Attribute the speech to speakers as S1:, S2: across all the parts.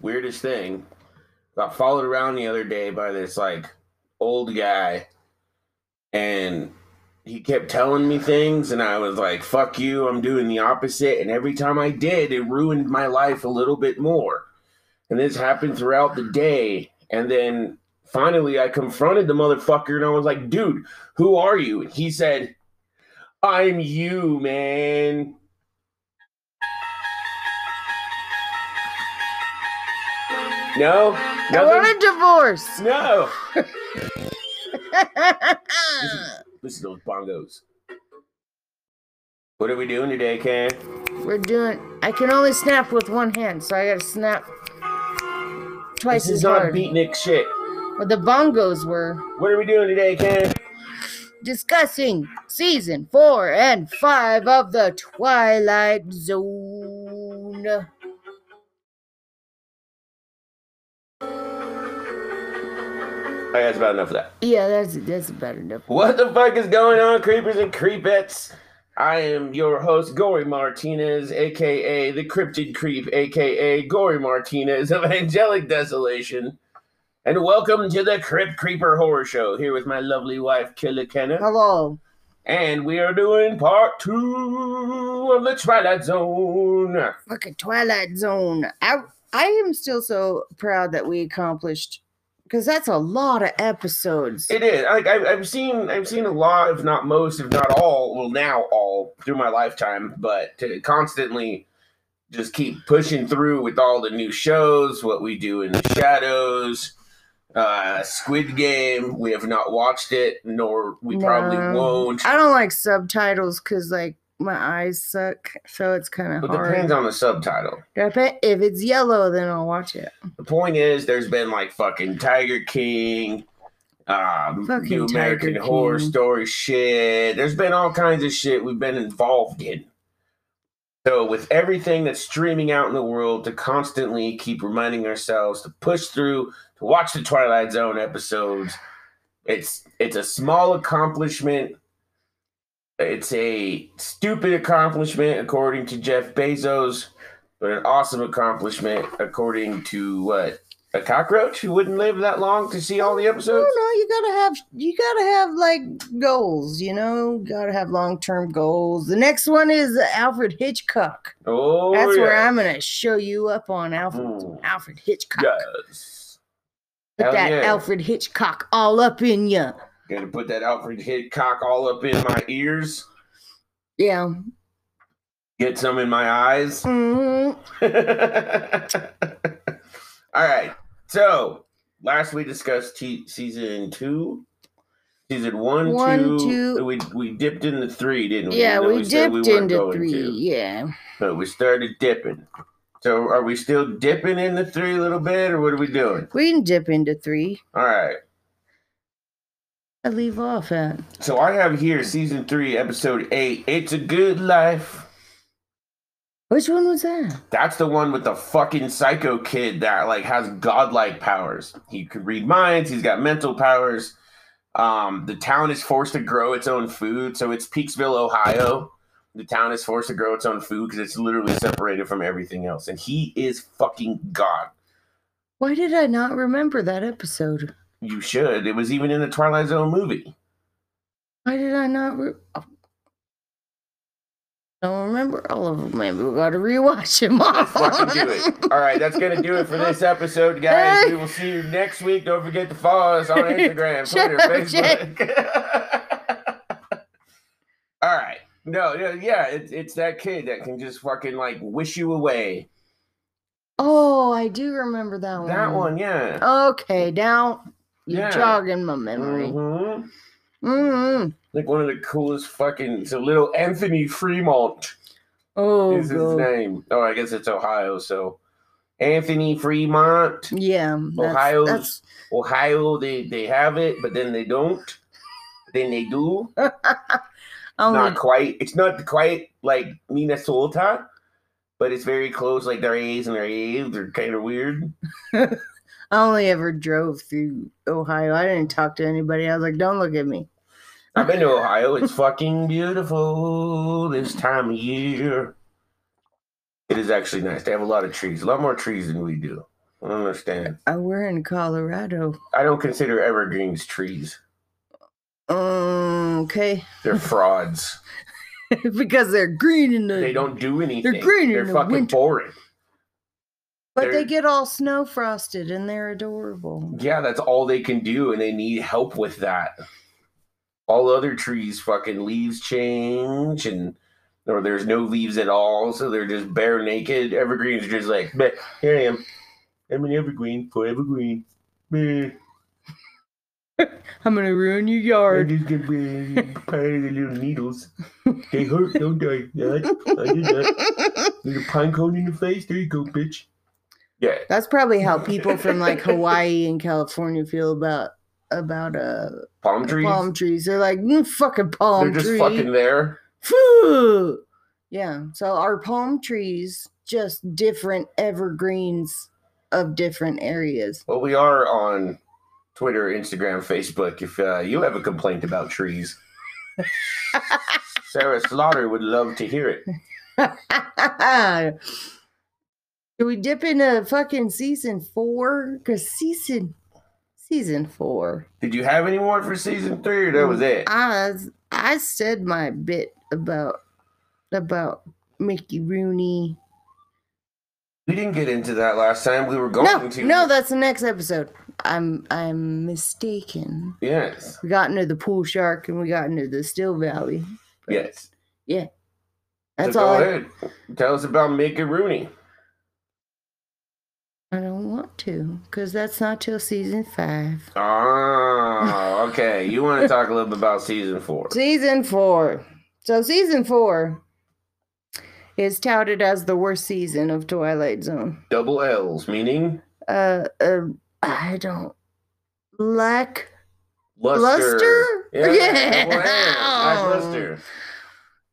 S1: weirdest thing. Got followed around the other day by this like old guy, and he kept telling me things, and I was like, "Fuck you!" I'm doing the opposite, and every time I did, it ruined my life a little bit more. And this happened throughout the day, and then finally, I confronted the motherfucker, and I was like, "Dude, who are you?" And he said, "I'm you, man." No,
S2: I
S1: nothing?
S2: want a divorce.
S1: No. Listen to those bongos. What are we doing today, Kay?
S2: We're doing. I can only snap with one hand, so I gotta snap twice
S1: This is
S2: as
S1: not
S2: hard.
S1: beatnik shit.
S2: But the bongos were
S1: What are we doing today, Kay?
S2: discussing season four and five of the Twilight Zone.
S1: I that's about enough of that.
S2: Yeah, that's that's about enough.
S1: What the fuck is going on, creepers and creepettes? I am your host, Gory Martinez, aka the Cryptid Creep, aka Gory Martinez of Angelic Desolation. And welcome to the Crypt Creeper Horror Show, here with my lovely wife, Killa Kenna.
S2: Hello.
S1: And we are doing part two of the Twilight Zone.
S2: Fucking Twilight Zone. I I am still so proud that we accomplished because that's a lot of episodes.
S1: It is like I've, I've seen I've seen a lot, if not most, if not all, well now all through my lifetime, but to constantly just keep pushing through with all the new shows, what we do in the shadows, uh, Squid Game. We have not watched it, nor we probably
S2: No.
S1: won't.
S2: I don't like subtitles because like my eyes suck, so it's kind of
S1: It
S2: hard.
S1: depends on the subtitle.
S2: Dep- If it's yellow, then I'll watch it.
S1: The point is, there's been like fucking Tiger King, um,
S2: Fucking
S1: New American
S2: Tiger
S1: Horror
S2: King.
S1: Story shit. There's been all kinds of shit we've been involved in. So, with everything that's streaming out in the world, to constantly keep reminding ourselves to push through, to watch the Twilight Zone episodes, it's it's a small accomplishment. It's a stupid accomplishment according to Jeff Bezos, but an awesome accomplishment according to what a cockroach who wouldn't live that long to see all the
S2: I
S1: episodes.
S2: don't know. You gotta have you gotta have like goals. You know, gotta have long term goals. The next one is Alfred Hitchcock.
S1: Oh,
S2: That's where
S1: yeah. Mm.
S2: I'm gonna show you up on Alfred
S1: Ooh.
S2: Alfred Hitchcock.
S1: Yes.
S2: Put
S1: Hell
S2: that
S1: yeah.
S2: Alfred Hitchcock all up in ya.
S1: Gonna put that Alfred Hitchcock all up in my ears.
S2: Yeah.
S1: Get some in my eyes.
S2: hmm
S1: All right. So last we discussed t- season two, season one,
S2: One,
S1: two.
S2: two.
S1: We we dipped into three, didn't we?
S2: Yeah,
S1: Even though
S2: we
S1: said
S2: dipped
S1: we weren't
S2: into
S1: going
S2: three.
S1: to,
S2: Yeah.
S1: but we started dipping. So are we still dipping into three a little bit, or what are we doing?
S2: We can dip into three.
S1: All right.
S2: I leave off at.
S1: So I have here season three, episode eight. It's a good life.
S2: Which one was that?
S1: That's the one with the fucking psycho kid that like has godlike powers. He could read minds. He's got mental powers. Um, the town is forced to grow its own food, so it's Peaksville, Ohio. The town is forced to grow its own food because it's literally separated from everything else, and he is fucking god.
S2: Why did I not remember that episode?
S1: You should. It was even in the Twilight Zone movie.
S2: Why did I not? Re- oh. Don't remember all of them. Maybe we gotta rewatch them all.
S1: Fucking do it. All right, that's gonna do it for this episode, guys. We will see you next week. Don't forget to follow us on Instagram,
S2: Shut
S1: Twitter,
S2: up,
S1: Facebook. All right. No, no, yeah, it's it's that kid that can just fucking like wish you away.
S2: Oh, I do remember that one.
S1: That one, yeah.
S2: Okay, now you're
S1: Yeah.
S2: jogging my memory.
S1: Mhm.
S2: Mm-hmm.
S1: Like one of the coolest fucking so little Anthony Fremont
S2: Oh,
S1: is his
S2: God.
S1: name. Oh, I guess it's Ohio, so Anthony Fremont.
S2: yeah. That's,
S1: Ohio's-
S2: That's,
S1: Ohio, they they have it, but then they don't. Then they do.
S2: only,
S1: Not quite. It's not quite like Minnesota, but it's very close. Like their A's and their A's are kind of weird.
S2: I only ever drove through Ohio. I didn't talk to anybody. I was like, don't look at me.
S1: I've been to Ohio. It's fucking beautiful this time of year. It is actually nice. They have a lot of trees, a lot more trees than we do. I don't understand.
S2: Uh, we're in Colorado.
S1: I don't consider evergreens trees.
S2: Um, okay,
S1: They're frauds.
S2: because they're green in the.
S1: they don't do anything.
S2: green in
S1: They're
S2: the
S1: fucking
S2: winter.
S1: boring.
S2: but they
S1: they're-
S2: get all snow frosted and they're adorable.
S1: Yeah, that's all they can do, and they need help with that. All other trees fucking leaves change and or there's no leaves at all, so they're just bare naked. Evergreens are just like, "Meh, here I am. I'm an evergreen, forever green. Meh,
S2: I'm gonna ruin your
S1: I
S2: yard.
S1: just get meh, part of the little needles. They hurt, don't they? Yeah, I did that. Little pine cone in the face. There you go, bitch. Yeah,
S2: That's probably how people from like Hawaii and California feel about about uh
S1: palm trees.
S2: palm trees. They're like mm, fucking palm
S1: they're just
S2: tree.
S1: fucking there.
S2: Phew. Yeah. So our palm trees just different evergreens of different areas.
S1: Well, we are on Twitter, Instagram, Facebook. If uh, you have a complaint about trees, Sarah Slaughter would love to hear it.
S2: Can we dip into fucking season four? Cause season season four.
S1: Did you have any more for season three, or that was it?
S2: I I said my bit about about Mickey Rooney.
S1: We didn't get into that last time. We were going
S2: No,
S1: to.
S2: no, that's the next episode. I'm I'm mistaken.
S1: yes,
S2: We got into the pool shark and we got into the Still Valley.
S1: yes.
S2: That's
S1: so
S2: all.
S1: go
S2: I,
S1: ahead. Tell us about Mickey Rooney.
S2: I don't want to because that's not till season five.
S1: Ah, okay. You want to talk a little bit about season four?
S2: Season four. So season four is touted as the worst season of Twilight Zone.
S1: Double L's, meaning
S2: Uh, uh I don't lack
S1: luster.
S2: Luster?
S1: Yeah.
S2: Yeah.
S1: double L, nice luster.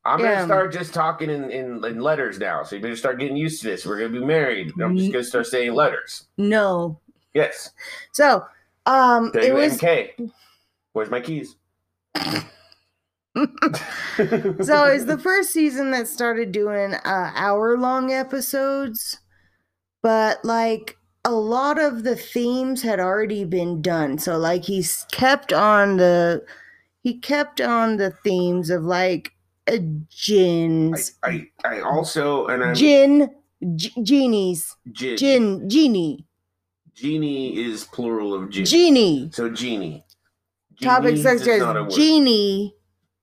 S1: I'm
S2: Yeah.
S1: gonna start just talking in, in, in letters now. So you better start getting used to this. We're gonna be married. I'm
S2: Mm-hmm.
S1: just gonna start saying letters.
S2: No.
S1: Yes.
S2: So, um, it was
S1: W-M-K. Where's my keys?
S2: so it's the first season that started doing uh, hour long episodes, but like a lot of the themes had already been done. So like he's kept on the he kept on the themes of like uh,
S1: I,
S2: gins,
S1: I, I also and I'm
S2: gin, g- genies,
S1: gin,
S2: gin, genie,
S1: genie is plural of gin.
S2: genie.
S1: So genie.
S2: topics
S1: Genies
S2: such
S1: is not a
S2: as
S1: word.
S2: genie,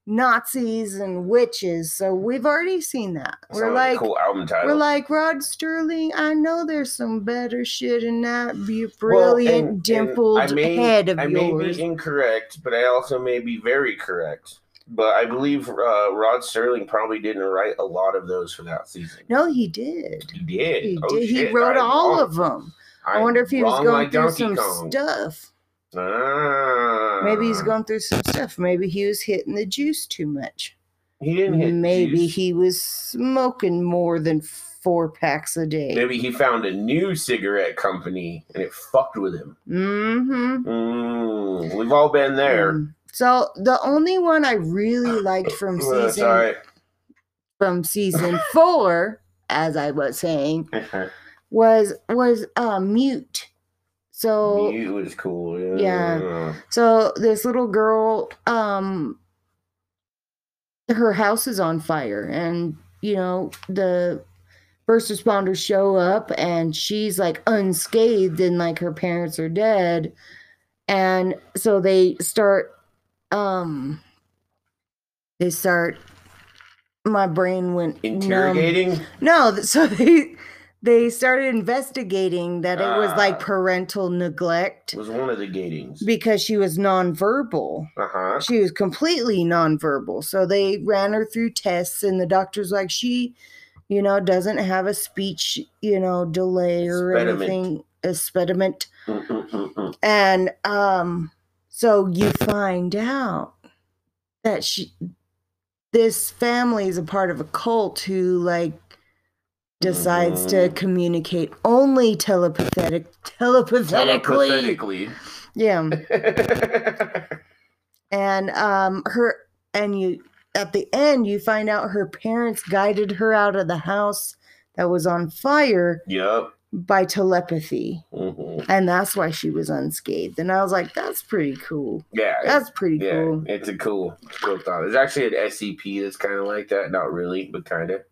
S2: Nazis, and witches. So we've already seen that.
S1: That
S2: We're
S1: sounds a
S2: like,
S1: cool album title.
S2: we're like Rod Sterling. I know there's some better shit in that. Be a brilliant
S1: and- and
S2: dimpled
S1: I may-
S2: head of
S1: I may
S2: yours.
S1: be incorrect, but I also may be very correct. But I believe uh, Rod Sterling probably didn't write a lot of those for that season.
S2: no, he did.
S1: He did.
S2: He,
S1: Oh,
S2: did. he
S1: shit,
S2: wrote
S1: I'm
S2: all
S1: wrong.
S2: of them. I
S1: I'm
S2: wonder if he was
S1: wrong
S2: going
S1: like
S2: through
S1: Donkey
S2: some
S1: Kong.
S2: stuff.
S1: Ah.
S2: Maybe he's going through some stuff. Maybe he was hitting the juice too much.
S1: He didn't hit
S2: Maybe
S1: juice.
S2: he was smoking more than four packs a day.
S1: Maybe he found a new cigarette company and it fucked with him.
S2: Mm-hmm.
S1: Mm, we've all been there.
S2: Mm. So the only one I really liked from
S1: Uh,
S2: season
S1: sorry.
S2: from season four, as I was saying, was was uh, mute. So
S1: It was cool.
S2: Oh. Yeah. so this little girl, um, her house is on fire, and you know the first responders show up, and she's like unscathed, and like her parents are dead, and so they start, um, they start. My brain went numb.
S1: Interrogating?
S2: No, th- so they they started investigating that it was
S1: Ah.
S2: like parental neglect
S1: was one of the gatings.
S2: because she was nonverbal.
S1: Uh huh.
S2: She was completely nonverbal. So they ran her through tests and the doctor's like she, you know, doesn't have a speech, you know, delay or
S1: Impediment.
S2: anything, a spediment. And um so you find out that she this family is a part of a cult who like decides to
S1: Mhm.
S2: communicate only telepathic telepathetically.
S1: Telepathetically.
S2: Yeah. And um her and you at the end you find out her parents guided her out of the house that was on fire
S1: yep.
S2: by telepathy.
S1: Mhm.
S2: And that's why she was unscathed. And I was like, that's pretty cool.
S1: Yeah. it-
S2: That's pretty
S1: yeah,
S2: cool.
S1: it's a cool, cool thought. There's actually an SCP that's kind of like that. Not really, but kind of.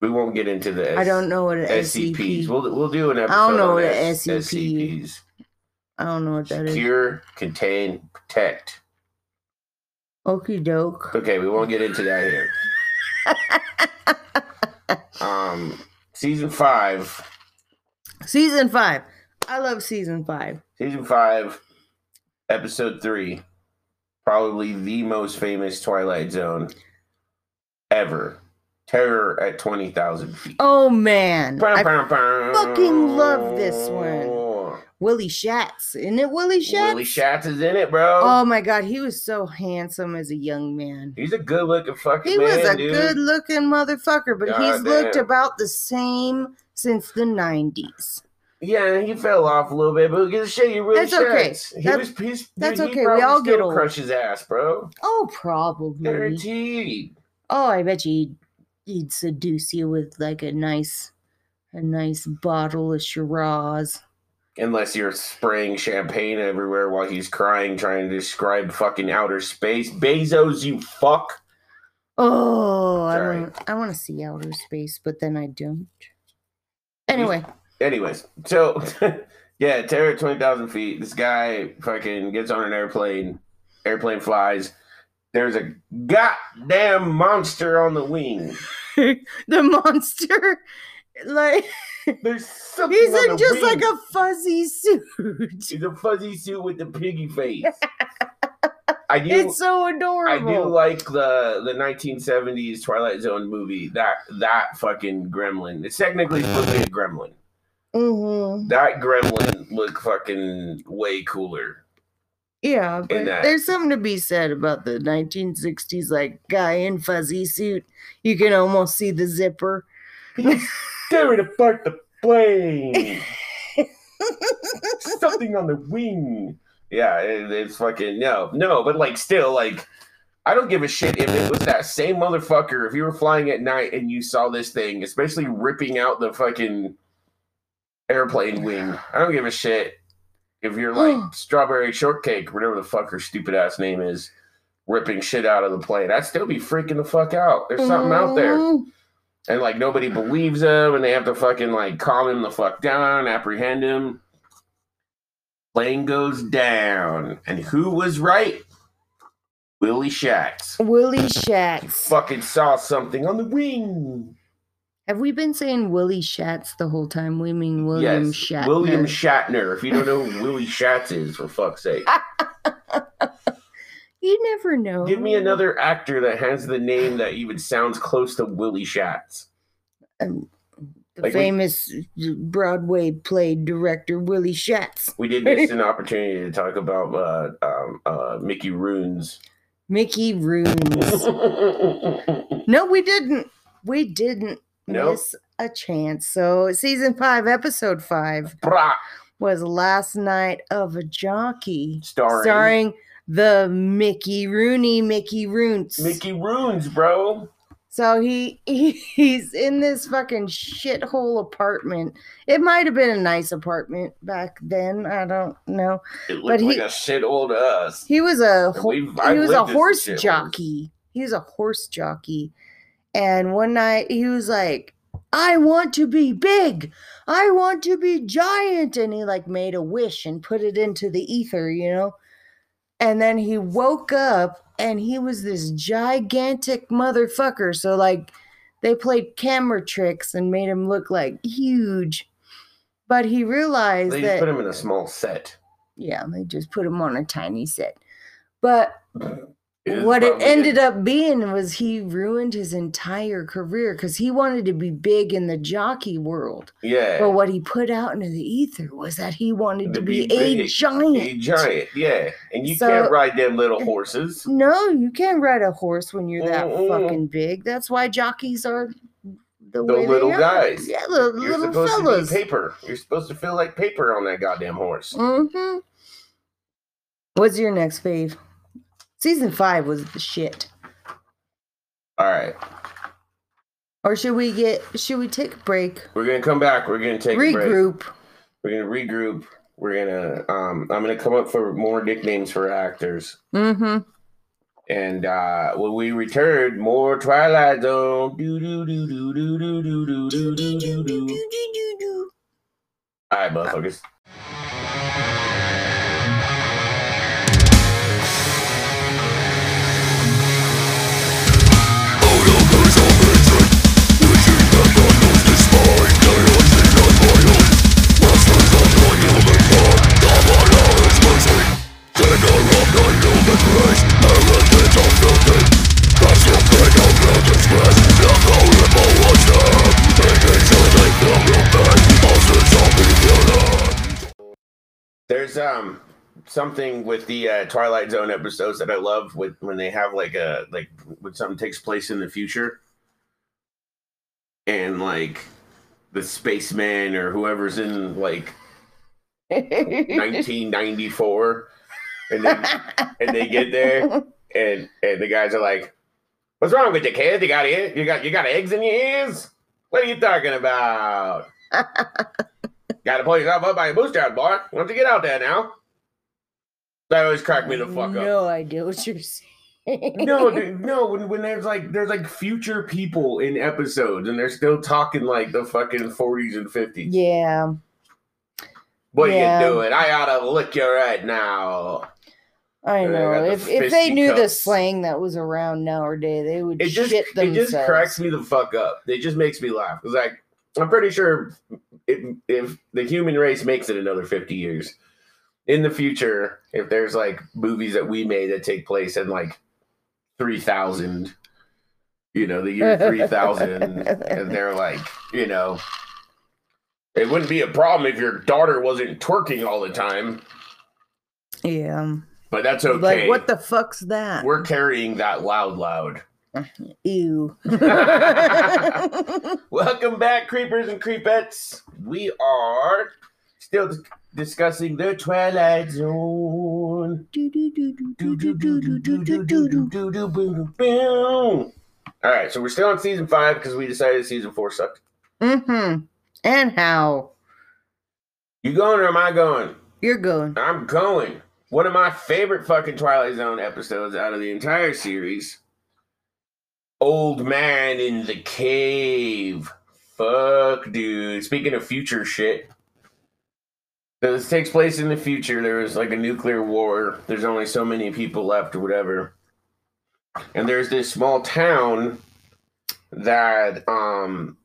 S1: We won't get into the
S2: I don't know what an E
S1: SCPs.
S2: SCP.
S1: We'll we'll do an episode.
S2: don't know
S1: on
S2: what a
S1: S- E
S2: SCP
S1: SCPs.
S2: I don't know what that is.
S1: Secure, contain, protect.
S2: Okey doke.
S1: Okay, we won't get into that here. um, season five.
S2: Season five. I love season five.
S1: Season five, episode three. Probably the most famous Twilight Zone ever. Terror at twenty thousand feet.
S2: Oh man. I-
S1: fucking
S2: fucking love this one. Willie Schatz. Isn't it Willie Schatz?
S1: Willie Schatz is in it, bro.
S2: Oh my god, he was so handsome as a young man.
S1: He's a good looking fucking
S2: He
S1: man,
S2: was a
S1: dude.
S2: good looking motherfucker, but he's looked
S1: Goddamn.
S2: about the same since the 90s.
S1: Yeah, he fell off a little bit, but who gives a shit? He really
S2: That's okay.
S1: Schatz. He
S2: That-
S1: was, he's, dude,
S2: that's
S1: he
S2: okay, we
S1: probably
S2: all get
S1: still
S2: old.
S1: Crush his ass, bro.
S2: Oh, probably.
S1: Guaranteed.
S2: Oh, I bet you he'd, he'd seduce you with like a nice, a nice bottle of Shiraz.
S1: Unless you're spraying champagne everywhere while he's crying, trying to describe fucking outer space. Bezos, you fuck.
S2: Oh,
S1: Sorry.
S2: I want, I want to see outer space, but then I don't. Anyway,
S1: Anyways, so yeah, terror at 20,000 feet. This guy fucking gets on an airplane. Airplane flies. There's a goddamn monster on the wing.
S2: the monster, like
S1: There's something.
S2: he's
S1: on
S2: in
S1: the
S2: just like
S1: wing.
S2: a fuzzy suit.
S1: She's a fuzzy suit with the piggy face. I do.
S2: It's so
S1: I
S2: adorable.
S1: do like the the 1970s Twilight Zone movie. That that fucking gremlin. It's technically supposed to be a gremlin.
S2: hmm
S1: That gremlin looked fucking way cooler.
S2: Yeah, but
S1: that-
S2: there's something to be said about the 1960s, like guy in fuzzy suit. You can almost see the zipper.
S1: Tearing apart the plane. Something on the wing. Yeah, it, it's fucking no, no. But like, still, like, I don't give a shit if it was that same motherfucker. If you were flying at night and you saw this thing, especially ripping out the fucking airplane wing, I don't give a shit if you're like strawberry shortcake, whatever the fuck her stupid ass name is, ripping shit out of the plane. I'd still be freaking the fuck out. There's something out there
S2: Mhm.
S1: and like nobody believes him, and they have to fucking like calm him the fuck down, apprehend him. Plane goes down, and who was right? Willie Shatz
S2: Willie Schatz.
S1: fucking saw something on the wing.
S2: Have we been saying Willie Schatz the whole time? We mean William
S1: yes,
S2: Shatner.
S1: William Shatner. If you don't know who Willie Shatz is, for fuck's sake,
S2: you never know.
S1: give me another actor that has the name that even sounds close to Willie Shatz.
S2: Um, the
S1: Like we-
S2: famous Broadway play director Willie Schatz.
S1: We did miss an opportunity to talk about uh, um, uh, Mickey Roon's.
S2: Mickey Rooney. No, we didn't. We didn't
S1: Nope.
S2: miss a chance. So, season five, episode five
S1: Brah.
S2: was Last Night of a Jockey,
S1: starring,
S2: starring the Mickey Rooney, Mickey Roonts.
S1: Mickey Roons, bro.
S2: So he, he he's in this fucking shithole apartment. It might have been a nice apartment back then. I don't know.
S1: It looked
S2: he-
S1: like a shit old to us.
S2: He was a
S1: And
S2: ho-
S1: we've- I
S2: he was
S1: lived
S2: a
S1: in some
S2: horse
S1: shit holes.
S2: jockey. He was a horse jockey. And one night he was like, I want to be big. I want to be giant. And he like made a wish and put it into the ether, you know? And then he woke up and he was this gigantic motherfucker. So like they played camera tricks and made him look like huge. But he realized
S1: They
S2: that
S1: just put him in a small set.
S2: yeah, they just put him on a tiny set. But
S1: It is
S2: what it
S1: probably
S2: ended up being was he ruined his entire career because he wanted to be big in the jockey world.
S1: a- Yeah.
S2: But what he put out into the ether was that he wanted
S1: Eh. To
S2: to be,
S1: be
S2: a
S1: big,
S2: giant.
S1: a giant, yeah. And you
S2: So-
S1: can't ride them little horses.
S2: No, you can't ride a horse when you're that
S1: Mm-mm.
S2: fucking big. That's why jockeys are
S1: The
S2: the, way
S1: little
S2: they are.
S1: guys.
S2: Yeah, the
S1: You're
S2: little
S1: supposed
S2: fellas.
S1: to be paper. You're supposed to feel like paper on that goddamn horse.
S2: hmm What's your next fave? Season five was the shit.
S1: All right.
S2: Or should we get? Should we take a break?
S1: We're gonna come back. We're gonna take a break.
S2: Regroup.
S1: We're gonna regroup. We're gonna. Um, I'm gonna come up for more nicknames for actors.
S2: Mm-hmm.
S1: And uh, when we return, more Twilight Zone. Do do do do do do do do do do do do. All right, motherfuckers. There's um something with the uh, Twilight Zone episodes that I love with when they have like a like when something takes place in the future, and like the spaceman or whoever's in like 1994, and then and they get there and and the guys are like, "What's wrong with you, kid? You got ear? You got you got eggs in your ears? What are you talking about? got to pull yourself up by your bootstraps, boy. Why don't you get out there now?" That always cracked me the fuck up.
S2: No idea what you're saying.
S1: No, dude, no. When, when there's like there's like future people in episodes, and they're still talking like the fucking forties and fifties.
S2: Yeah.
S1: What
S2: Yeah.
S1: are you doing? I oughta lick you right now.
S2: I
S1: And they
S2: know.
S1: got the
S2: if if they knew the
S1: fisticuffs.
S2: slang that was around nowadays, they would
S1: it just
S2: shit
S1: it
S2: themselves.
S1: just cracks me the fuck up. It just makes me laugh because like I'm pretty sure if, if the human race makes it another 50 years in the future, if there's like movies that we made that take place in like 3000, you know, the year 3000, and they're like, you know, it wouldn't be a problem if your daughter wasn't twerking all the time,
S2: Yeah.
S1: but that's okay.
S2: Like what the fuck's that?
S1: We're carrying that loud, loud.
S2: Ew.
S1: Welcome back, creepers and creepettes. We are still dis- discussing the Twilight Zone. All right, so we're still on season five because we decided season four sucked.
S2: mm-hmm. And how?
S1: You going or am I going?
S2: You're going.
S1: I'm going. One of my favorite fucking Twilight Zone episodes out of the entire series. Old man in the cave. Fuck, dude. Speaking of future shit. So this takes place in the future. There was like a nuclear war. There's only so many people left or whatever. And there's this small town that um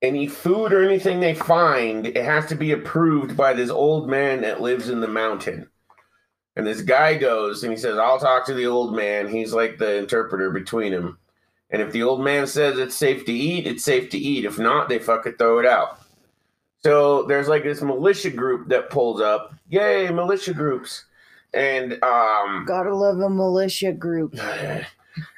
S1: any food or anything they find, it has to be approved by this old man that lives in the mountain. And this guy goes and he says, I'll talk to the old man. He's like the interpreter between him. And if the old man says it's safe to eat, it's safe to eat. If not, they fucking throw it out. So there's like this militia group that pulls up. Yay, militia groups. And um
S2: Gotta love a militia group.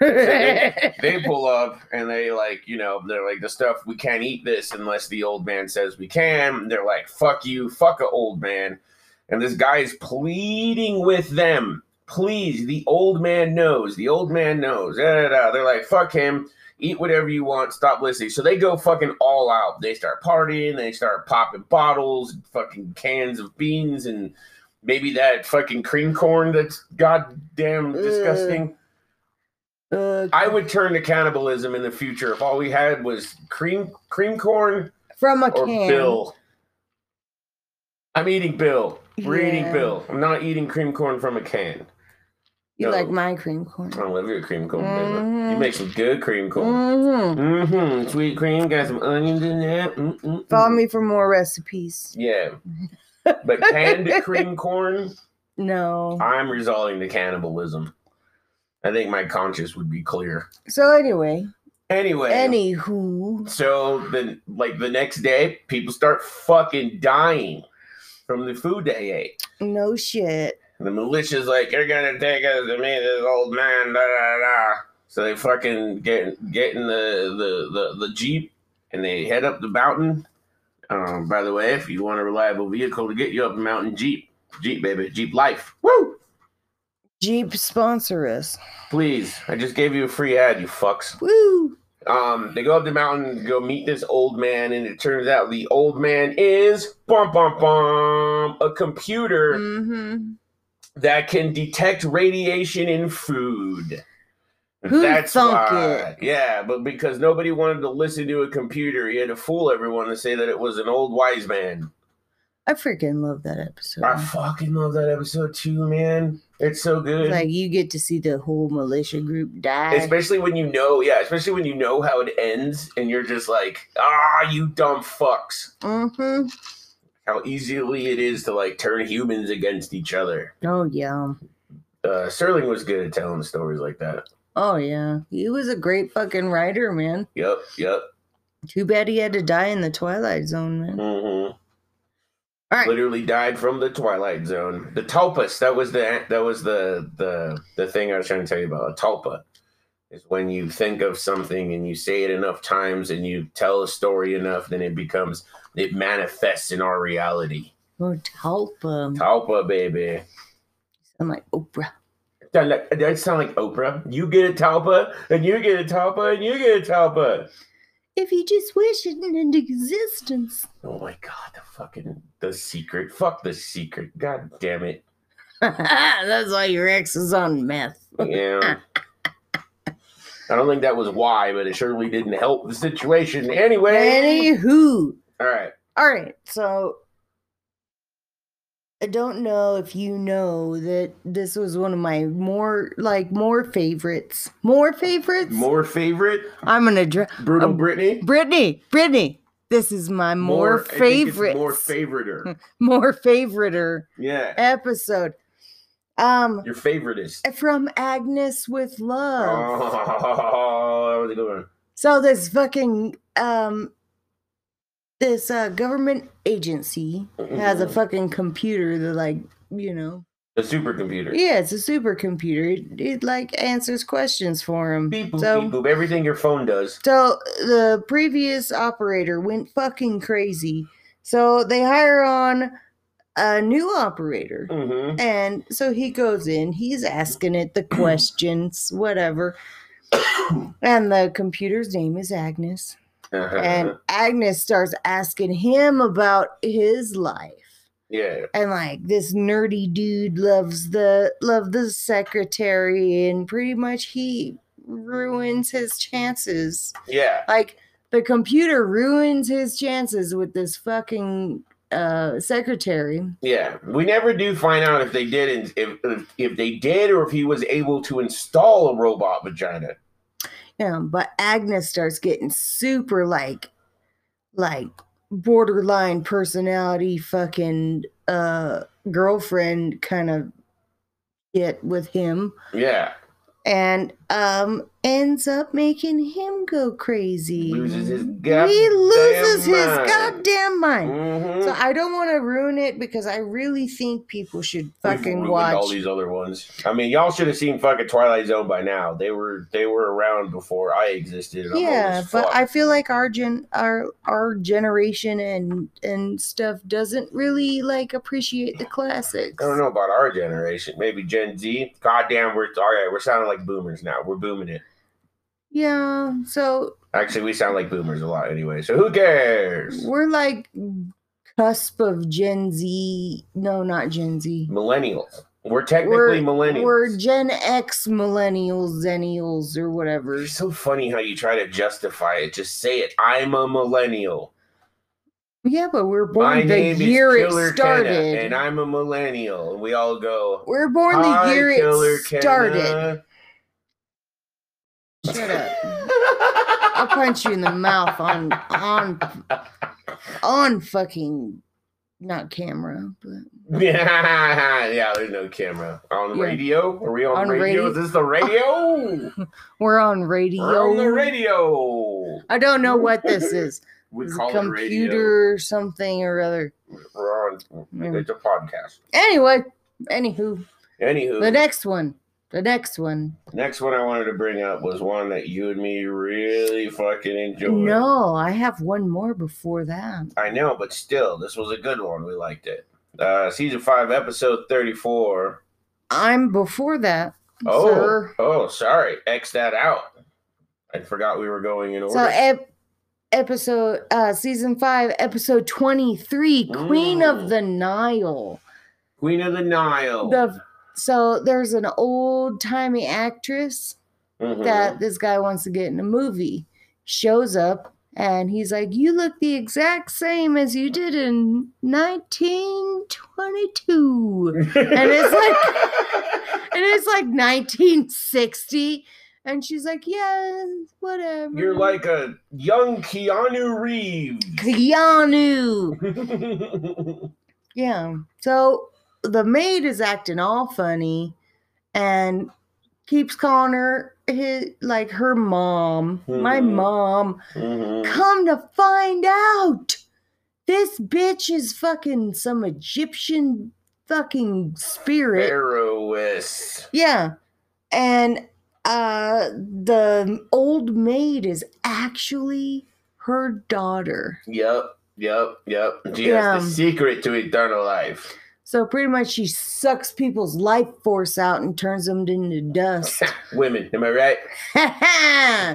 S1: they, they pull up and they like you know they're like the stuff we can't eat this unless the old man says we can And they're like fuck you fuck a old man and this guy is pleading with them please the old man knows the old man knows da, da, da. they're like fuck him eat whatever you want stop listening so they go fucking all out they start partying they start popping bottles fucking cans of beans and maybe that fucking cream corn that's goddamn
S2: Ugh.
S1: disgusting
S2: Uh,
S1: I would turn to cannibalism in the future if all we had was cream cream corn
S2: from a
S1: or
S2: can.
S1: Bill. I'm eating Bill. We're eating
S2: Yeah.
S1: Bill. I'm not eating cream corn from a can.
S2: You
S1: No.
S2: like my cream corn.
S1: I love your cream corn, baby. You
S2: Mhm.
S1: make some good cream corn.
S2: Mm-hmm.
S1: Mm-hmm. Sweet cream, got some onions in there. Mm-mm-mm.
S2: Follow me for more recipes.
S1: Yeah. But canned cream corn,
S2: No.
S1: I'm resolving the cannibalism. I think my conscience would be clear.
S2: So anyway,
S1: Anyway.
S2: anywho,
S1: So then, like the next day, people start fucking dying from the food they ate.
S2: no shit.
S1: And the militia's like, "You're gonna take us to meet this old man." Da da da. So they fucking get get in the the the, the jeep and they head up the mountain. Um, by the way, if you want a reliable vehicle to get you up the mountain, Jeep, Jeep, baby, Jeep life. Woo!
S2: Jeep sponsor us.
S1: Please, I just gave you a free ad, you fucks.
S2: Woo!
S1: Um, they go up the mountain, go meet this old man, and it turns out the old man is bum bum bum a computer
S2: Mm-hmm.
S1: that can detect radiation in food.
S2: Who thunk it?
S1: Yeah, but because nobody wanted to listen to a computer, he had to fool everyone to say that it was an old wise man.
S2: I freaking love that episode.
S1: I fucking love that episode too, man. It's so good.
S2: like you get to see the whole militia group die.
S1: especially when you know, yeah, especially when you know how it ends and you're just like, ah, you dumb fucks.
S2: mm-hmm.
S1: How easily it is to like turn humans against each other.
S2: Oh yeah.
S1: Uh, Sterling was good at telling stories like that.
S2: Oh yeah. He was a great fucking writer, man.
S1: Yep, yep.
S2: Too bad he had to die in the Twilight Zone, man.
S1: Mm-hmm.
S2: All right.
S1: Literally died from the Twilight Zone. The tulpas. That was the that was the the the thing I was trying to tell you about. A tulpa is when you think of something and you say it enough times and you tell a story enough, then it becomes it manifests in our reality.
S2: Oh Talpa.
S1: Tulpa, baby.
S2: I'm like Oprah.
S1: That, that- that sound like Oprah. You get a tulpa, and you get a tulpa, and you get a tulpa.
S2: If you just wish it into existence.
S1: Oh my god, the fucking the secret. Fuck the secret. God damn it.
S2: That's why your ex is on meth.
S1: Yeah. I don't think that was why, but it surely didn't help the situation. Anyway.
S2: Anywho.
S1: All right.
S2: All right, so I don't know if you know that this was one of my more like more favorites. More favorites?
S1: More favorite?
S2: I'm gonna dr-
S1: Brutal
S2: Um,
S1: Brittany?
S2: Brittany, Brittany. This is my more,
S1: I think it's
S2: favorites. Hmm.
S1: More
S2: More,
S1: favoriter.
S2: favoriter
S1: Yeah.
S2: episode. Um
S1: Your favoritist.
S2: from Agnes with Love.
S1: Oh, that was a good one.
S2: So this fucking um this uh government agency
S1: Mm-hmm.
S2: has a fucking computer that like, you know,
S1: The supercomputer.
S2: Yeah, it's a supercomputer. It, it like answers questions for him.
S1: Beep boop,
S2: so,
S1: beep boop. Everything your phone does.
S2: so the previous operator went fucking crazy. So they hire on a new operator.
S1: Mm-hmm.
S2: And so he goes in, he's asking it the questions, whatever. And the computer's name is Agnes. And Agnes starts asking him about his life
S1: yeah.
S2: and like this nerdy dude loves the love the secretary and pretty much he ruins his chances
S1: Yeah.
S2: like the computer ruins his chances with this fucking uh secretary
S1: Yeah, we never do find out if they did, if, if if they did, or if he was able to install a robot vagina.
S2: yeah but agnes starts getting super like like borderline personality fucking uh girlfriend kind of shit with him
S1: Yeah,
S2: and um ends up making him go crazy.
S1: loses his goddamn
S2: he loses his
S1: mind.
S2: goddamn mind.
S1: Mhm.
S2: So I don't want to ruin it because I really think people should
S1: We've
S2: fucking
S1: ruined all
S2: watch.
S1: these other ones. I mean, y'all should have seen fucking Twilight Zone by now. They were they were around before I existed. and I'm old
S2: Yeah,
S1: as
S2: but
S1: fuck.
S2: I feel like our gen our our generation and and stuff doesn't really like appreciate the classics.
S1: I don't know about our generation. Maybe Gen Z. Goddamn, we're all right. We're sounding like boomers now. We're booming it.
S2: Yeah, so
S1: Actually, we sound like boomers a lot anyway. So who cares?
S2: we're like cusp of Gen Z. No, not Gen Z.
S1: Millennials. We're technically millennials.
S2: We're Gen X millennials, zennials, or whatever.
S1: It's so funny how you try to justify it. Just say it. I'm a millennial.
S2: Yeah, but we're
S1: My
S2: born the
S1: name
S2: year
S1: is
S2: it
S1: Killer
S2: started.
S1: Kenna, and I'm a millennial. And we all go.
S2: we're born
S1: "Hi,
S2: the year
S1: Killer
S2: it started.
S1: Kenna."
S2: Shut up. I'll punch you in the mouth on on on fucking not camera, but
S1: yeah, yeah. There's no camera on
S2: Yeah.
S1: radio. Are we on,
S2: On
S1: radio?
S2: radio.
S1: Is this the radio?
S2: we're on radio.
S1: We're on the radio.
S2: I don't know what this is.
S1: We
S2: It's a
S1: call it radio.
S2: computer something or other.
S1: We're on. It's a podcast.
S2: Anyway, anywho,
S1: Anywho,
S2: the next one, the next one.
S1: next one I wanted to bring up was one that you and me really fucking enjoyed.
S2: No, I have one more before that.
S1: I know, but still, this was a good one. We liked it. Uh, season five, episode thirty-four.
S2: I'm before that.
S1: Oh,
S2: sir.
S1: oh, sorry, X that out. I forgot we were going in order.
S2: So ep- episode uh season 5 episode 23 Queen
S1: Mm.
S2: of the Nile.
S1: Queen of the Nile.
S2: The so there's an old-timey actress
S1: Mhm.
S2: that this guy wants to get in a movie. Shows up and he's like, "You look the exact same as you did in 1922." and it's
S1: like
S2: And it's like 1960 and she's like, "Yeah, whatever."
S1: you're like a young Keanu Reeves.
S2: Keanu. Yeah. So the maid is acting all funny and keeps calling her his, like her mom, my
S1: Mhm.
S2: mom.
S1: Mhm.
S2: Come to find out, this bitch is fucking some Egyptian fucking spirit.
S1: Pharaohess.
S2: Yeah. And uh the old maid is actually her daughter.
S1: Yep, yep, yep. She
S2: Yeah.
S1: has the secret to eternal life.
S2: So pretty much she sucks people's life force out and turns them into dust.
S1: Women, am I right?
S2: yeah,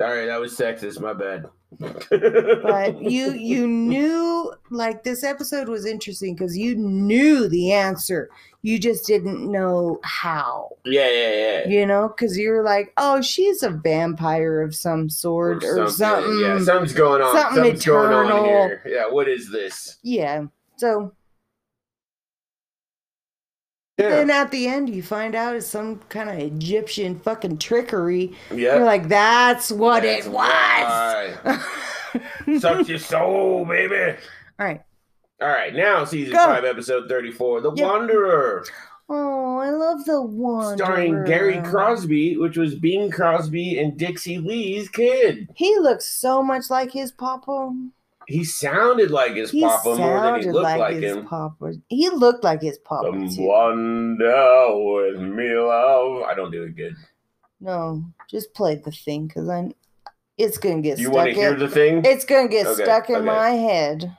S1: Sorry, that was sexist. My bad.
S2: but you you knew like this episode was interesting because you knew the answer. You just didn't know how.
S1: yeah, yeah, yeah.
S2: You know, because you were like, oh, she's a vampire of some sort or, something.
S1: Yeah, something's going on.
S2: something
S1: something's going on
S2: eternal.
S1: here. Yeah, what is this?
S2: yeah. So
S1: Yeah.
S2: then at the end, you find out it's some kind of Egyptian fucking trickery. You're
S1: Yep.
S2: like, that's what
S1: Uh, That's
S2: it was.
S1: why.
S2: All
S1: Suck your soul, baby.
S2: right.
S1: All right, now season
S2: Go.
S1: five, episode thirty-four, The
S2: Yep.
S1: Wanderer,
S2: Oh, I love the one
S1: starring Gary
S2: uh,
S1: Crosby, which was Bing Crosby and Dixie Lee's kid.
S2: He looks so much like his papa.
S1: He sounded like his
S2: He
S1: papa more than he
S2: sounded
S1: looked like,
S2: like, his
S1: him.
S2: papa. He looked like his papa.
S1: Come
S2: too.
S1: wander with me, love. I don't do it good.
S2: No, just play the thing because I'm. It's gonna get
S1: You
S2: stuck.
S1: want to hear
S2: in,
S1: the thing?
S2: It's gonna get
S1: Okay,
S2: stuck in
S1: okay.
S2: my head.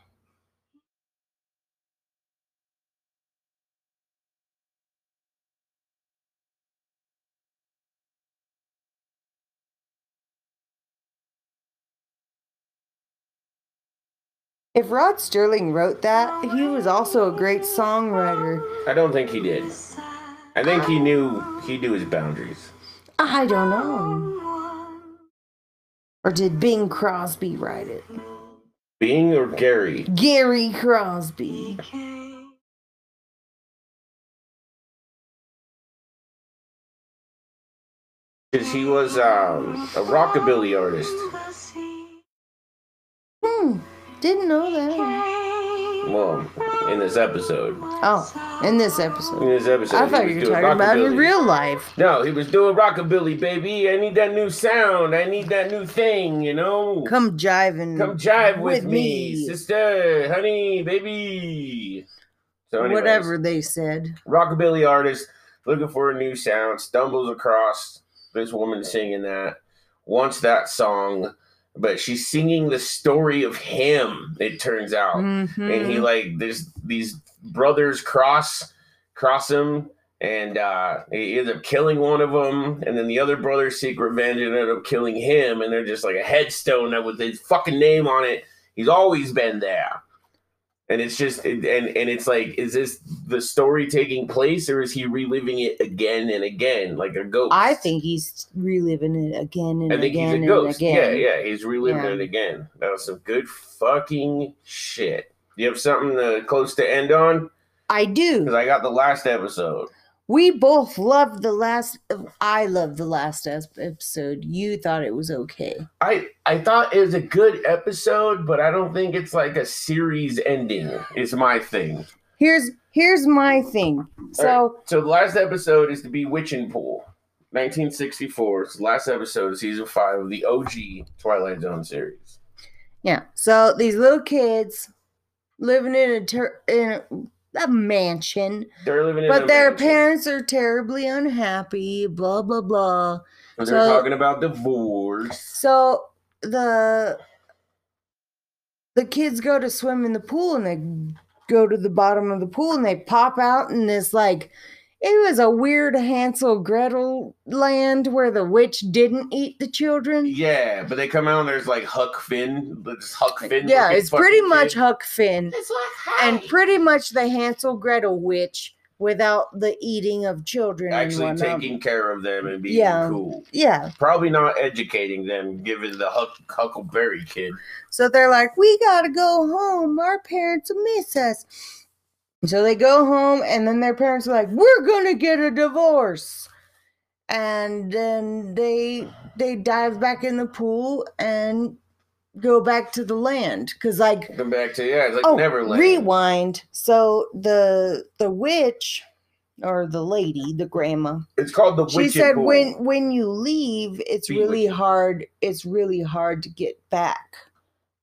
S2: If Rod Sterling wrote that, he was also a great songwriter.
S1: I don't think he did. I think he knew he knew his boundaries.
S2: I don't know. Or did Bing Crosby write it?
S1: Bing or Gary?
S2: Gary Crosby.
S1: Because he was um, a rockabilly artist.
S2: Hmm. Didn't know that.
S1: Well, in this episode,
S2: Oh, in this
S1: in
S2: episode.
S1: this episode,
S2: I thought
S1: he
S2: you
S1: was
S2: were
S1: doing
S2: talking about in
S1: rockabilly.
S2: real life.
S1: No, he was doing rockabilly, baby. I need that new sound. I need that new thing. You know.
S2: Come jiving.
S1: Come jive with,
S2: With
S1: me,
S2: me.
S1: sister, honey, baby. So anyways,
S2: Whatever they said.
S1: rockabilly artist looking for a new sound stumbles across this woman singing that wants that song, but she's singing the story of him. It turns out, Oh. and he
S2: Mhm.
S1: like there's these brothers cross cross him. And uh, he ends up killing one of them, and then the other brother seek revenge and end up killing him. And they're just like a headstone that with his fucking name on it. He's always been there, and it's just and and and it's like, is this the story taking place, or is he reliving it again and again like a ghost?
S2: I think he's reliving it again and
S1: I think
S2: again
S1: he's a
S2: and
S1: ghost.
S2: again.
S1: Yeah, yeah, he's reliving
S2: Yeah.
S1: it again. That was some good fucking shit. You have something to, close to end on?
S2: I do.
S1: Because I got the last episode.
S2: We both loved the last. I loved the last es- episode. You thought it was okay.
S1: I I thought it was a good episode, but I don't think it's like a series ending. Is my thing.
S2: Here's here's my thing. So
S1: So the last episode is to be Witching Pool, 1964. It's the last episode of season five of the OG Twilight Zone series.
S2: yeah. So these little kids living in a ter- in a, a mansion,
S1: They're living in a
S2: but their
S1: mansion,
S2: parents are terribly unhappy. Blah blah blah.
S1: and They're
S2: so-
S1: talking about divorce.
S2: So the the kids go to swim in the pool and they go to the bottom of the pool and they pop out in this like It was a weird Hansel Gretel land where the witch didn't eat the children.
S1: Yeah, but they come out and there's like Huck Finn, but this Huck Finn.
S2: yeah,
S1: looking
S2: it's pretty
S1: fucking
S2: much
S1: kid.
S2: Huck Finn
S1: It's like
S2: and
S1: hi.
S2: pretty much the Hansel Gretel witch without the eating of children
S1: actually
S2: and whatnot.
S1: taking care of them and being
S2: Yeah.
S1: cool.
S2: yeah.
S1: Probably not educating them, given the Huck, Huckleberry kid.
S2: So they're like, we gotta go home. Our parents miss us. So they go home, and then their parents are like, we're gonna get a divorce. And then they they dive back in the pool and go back to the land because like
S1: Come back to yeah, it's like
S2: oh
S1: Neverland.
S2: rewind. So the the witch or the lady, the grandma,
S1: It's called the
S2: she
S1: Witching
S2: said
S1: Pool.
S2: when when you leave it's
S1: Be
S2: really
S1: wicked.
S2: hard it's really hard to get back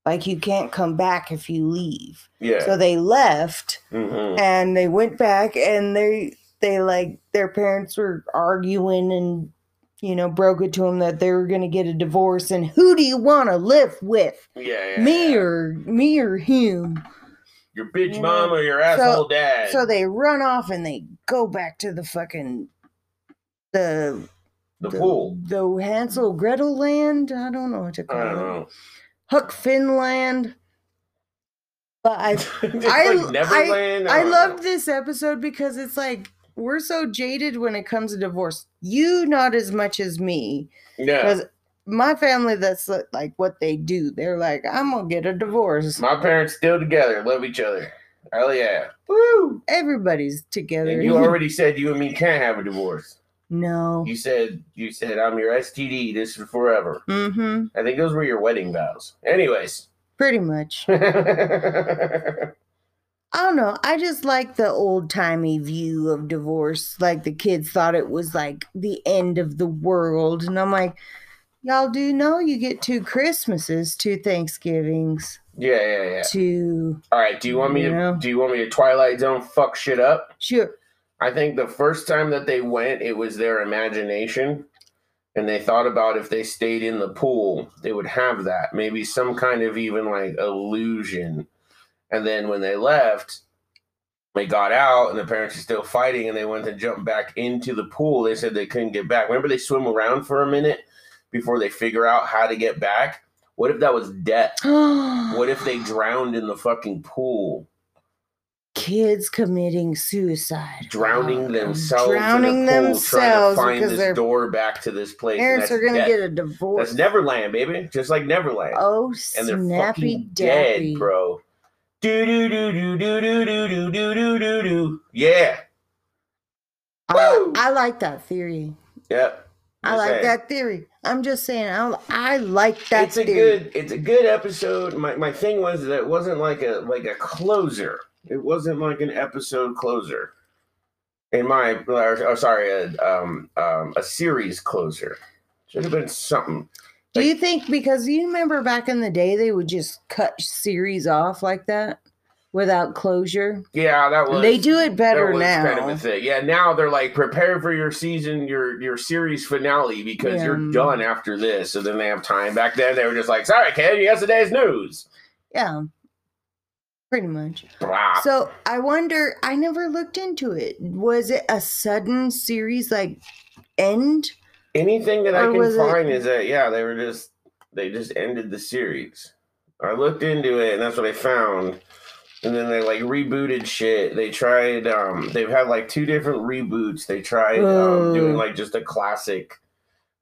S2: like you can't come back if you leave
S1: yeah.
S2: so they left
S1: Mhm.
S2: and they went back and they they like their parents were arguing and you know broke it to them that they were going to get a divorce and who do you want to live with
S1: yeah, yeah,
S2: me
S1: yeah.
S2: or me or him
S1: your bitch
S2: you
S1: mom
S2: know,
S1: or your asshole dad.
S2: so they run off and they go back to the fucking the
S1: the pool.
S2: The Hansel Gretel land. I don't know what to call
S1: I don't
S2: it.
S1: know.
S2: Huck Finn land. But I
S1: It's
S2: I-
S1: like Neverland.
S2: I
S1: don't
S2: loved
S1: know.
S2: this episode because it's like we're so jaded when it comes to divorce. You not as much as me.
S1: Yeah.
S2: 'Cause my family that's li- like what they do. They're like, I'm gonna get a divorce.
S1: My parents still together, love each other. Hell yeah. Woo!
S2: Everybody's together.
S1: And you already said you and me can't have a divorce.
S2: no.
S1: You said you said I'm your STD. This is forever.
S2: Mm-hmm.
S1: I think those were your wedding vows. Anyways,
S2: Pretty much.
S1: yeah,
S2: I don't know. I just like the old timey view of divorce. Like the kids thought it was like the end of the world. And I'm like, y'all do know you get two Christmases, two Thanksgivings,
S1: yeah, yeah.
S2: two.
S1: All right. Do you want me
S2: Yeah.
S1: to? Do you want me to Twilight Zone fuck shit up?
S2: Sure.
S1: I think the first time that they went, it was their imagination, and they thought about if they stayed in the pool, they would have that. Maybe some kind of even like illusion. And then when they left, they got out, and the parents are still fighting, and they went to jump back into the pool. They said they couldn't get back. Remember, they swim around for a minute before they figure out how to get back. What if that was death? What
S2: what
S1: if they drowned in the fucking pool,
S2: kids committing suicide?
S1: drowning themselves,
S2: Oh, Drowning
S1: in the pool,
S2: themselves
S1: trying to
S2: because
S1: find
S2: their
S1: this door back to this place? and
S2: Parents
S1: that's
S2: are going to
S1: death.
S2: get a divorce.
S1: that's Neverland, baby, just like Neverland,
S2: Oh,
S1: and they're
S2: snappy
S1: fucking
S2: dappy.
S1: dead, bro. Do do do do do do do do do do do do. Yeah,
S2: I,
S1: Woo!
S2: I like that theory.
S1: yep.
S2: I
S1: Just
S2: like
S1: saying.
S2: that theory. I'm just saying, I, I like that
S1: it's a
S2: theory.
S1: good it's a good episode my, my thing was that it wasn't like a like a closer it wasn't like an episode closer in my or, or sorry a, um, um, a series closer should have been something
S2: Do
S1: Like-
S2: you think because you remember back in the day they would just cut series off like that without closure?
S1: yeah that was
S2: they do it
S1: that
S2: better
S1: was
S2: now.
S1: kind of a thing yeah now they're like prepare for your season your your series finale because you're
S2: Yeah.
S1: done after this so then they have time back then they were just like sorry kid yesterday's news
S2: yeah. Pretty much.
S1: Blah.
S2: So I wonder, I never looked into it. Was it a sudden series like end?
S1: Anything that I
S2: Or was
S1: can
S2: it-
S1: find is that yeah, they were just they just ended the series. I looked into it and that's what I found. And then they like rebooted shit. They tried um they've had like two different reboots. They tried um,
S2: Mm.
S1: doing like just a classic.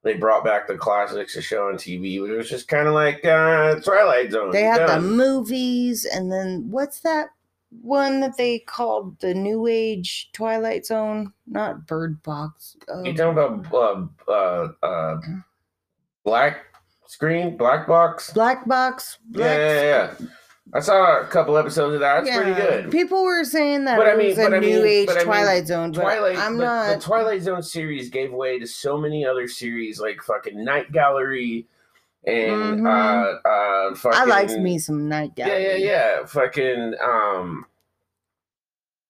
S1: They brought back the classics to show on TV, but it was just kind of like uh Twilight Zone.
S2: They had the
S1: done.
S2: movies and then what's that one that they called the New Age Twilight Zone? Not Bird Box. Uh,
S1: You talking about uh, uh uh black screen, black box?
S2: Black Box.
S1: Yeah,
S2: Black
S1: yeah, yeah, yeah. I saw a couple episodes of that. That's pretty
S2: Yeah,
S1: good.
S2: People were saying that
S1: But I
S2: it
S1: mean-
S2: was a
S1: but I
S2: new
S1: mean-
S2: age
S1: but I mean,
S2: Twilight Zone, but
S1: Twilight,
S2: I'm
S1: the,
S2: not.
S1: the Twilight Zone series gave way to so many other series like fucking Night Gallery and
S2: Mhm.
S1: uh uh fucking
S2: I liked me some Night
S1: Yeah,
S2: Gallery.
S1: yeah, yeah. Fucking um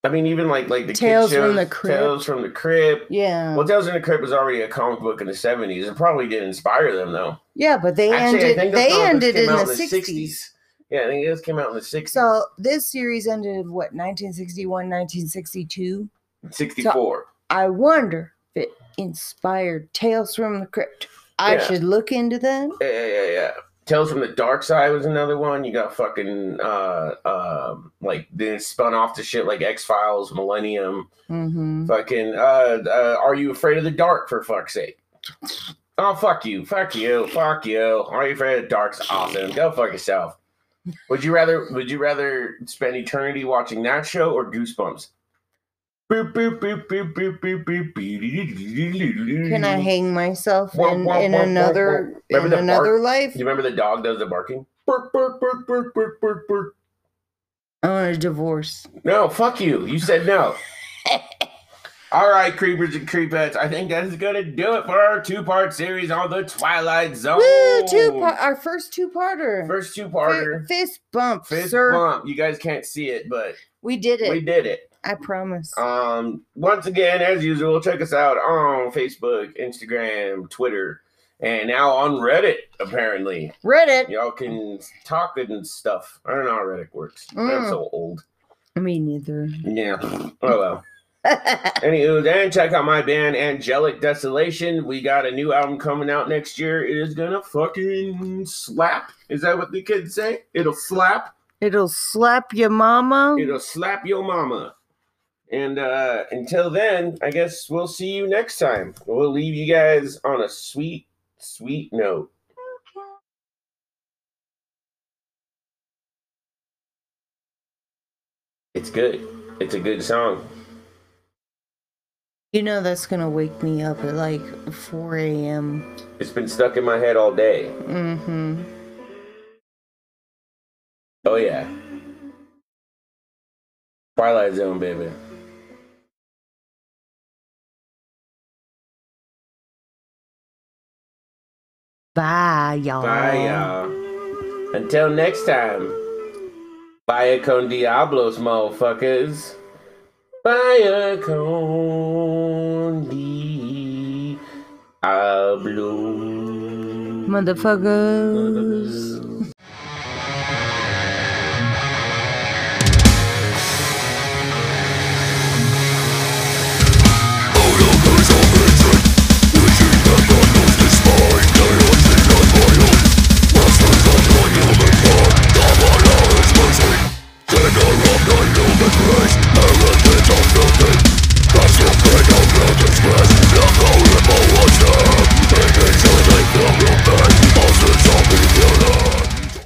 S1: I mean even like like the kid
S2: Tales from
S1: shows,
S2: the Crypt.
S1: Tales from the Crypt.
S2: Yeah,
S1: Well, Tales from the Crypt was already a comic book in the 70s. It probably did inspire them though.
S2: yeah, but they
S1: Actually, I think those
S2: ended. They
S1: comic books
S2: ended
S1: came
S2: in the
S1: out
S2: '60s.
S1: Yeah, I think those came out in the 60s.
S2: So this series ended what 1961, 1962.
S1: 64.
S2: I wonder if it inspired Tales from the Crypt. I
S1: Yeah.
S2: should look into that.
S1: Yeah, yeah, yeah, yeah. Tales from the Dark Side was another one. You got fucking uh um like then it spun off to shit like X Files, Millennium,
S2: Mm-hmm.
S1: fucking uh, uh Are You Afraid of the Dark for fuck's sake? Oh fuck you, fuck you, fuck you. Are you afraid of the dark's awesome? Go fuck yourself. Would you rather would you rather spend eternity watching that show or goosebumps?
S2: Can
S1: Can
S2: I hang myself
S1: Wah,
S2: in,
S1: wah,
S2: in
S1: wah, wah,
S2: another
S1: wah. Remember
S2: in
S1: the
S2: another life?
S1: You remember the dog does the barking? Bark, bark, bark, bark, bark, bark, bark.
S2: I want a divorce.
S1: No, fuck you. You said no. All right, creepers and creepettes. I think that is gonna do it for our two-part series on the Twilight Zone.
S2: Woo! Two par- our first two parter.
S1: Oh. First two-parter.
S2: Fist bump,
S1: Fist
S2: sir.
S1: bump. You guys can't see it, but
S2: We did it.
S1: we did it.
S2: I promise.
S1: Um, once again, as usual, check us out on Facebook, Instagram, Twitter, and now on Reddit. Apparently,
S2: Reddit.
S1: y'all can talk and stuff. I don't know how Reddit works. I'm
S2: Mm.
S1: so old.
S2: Me neither.
S1: Yeah. Oh well. Anywho, then check out my band Angelic Desolation. We got a new album coming out next year. It is gonna fucking slap. Is that what the kids say? It'll slap.
S2: It'll slap your mama.
S1: It'll slap your mama. And uh until then, I guess we'll see you next time. We'll leave you guys on a sweet, sweet note. It's good. It's a good song.
S2: You know that's gonna wake me up at like 4 a.m.
S1: It's been stuck in my head all day.
S2: Mm-hmm.
S1: Oh yeah. Twilight Zone, baby.
S2: Bye, y'all.
S1: Bye, y'all. Um, Until next time. Bye, con diablos, motherfuckers. Bye, con diablos.
S2: Motherfuckers.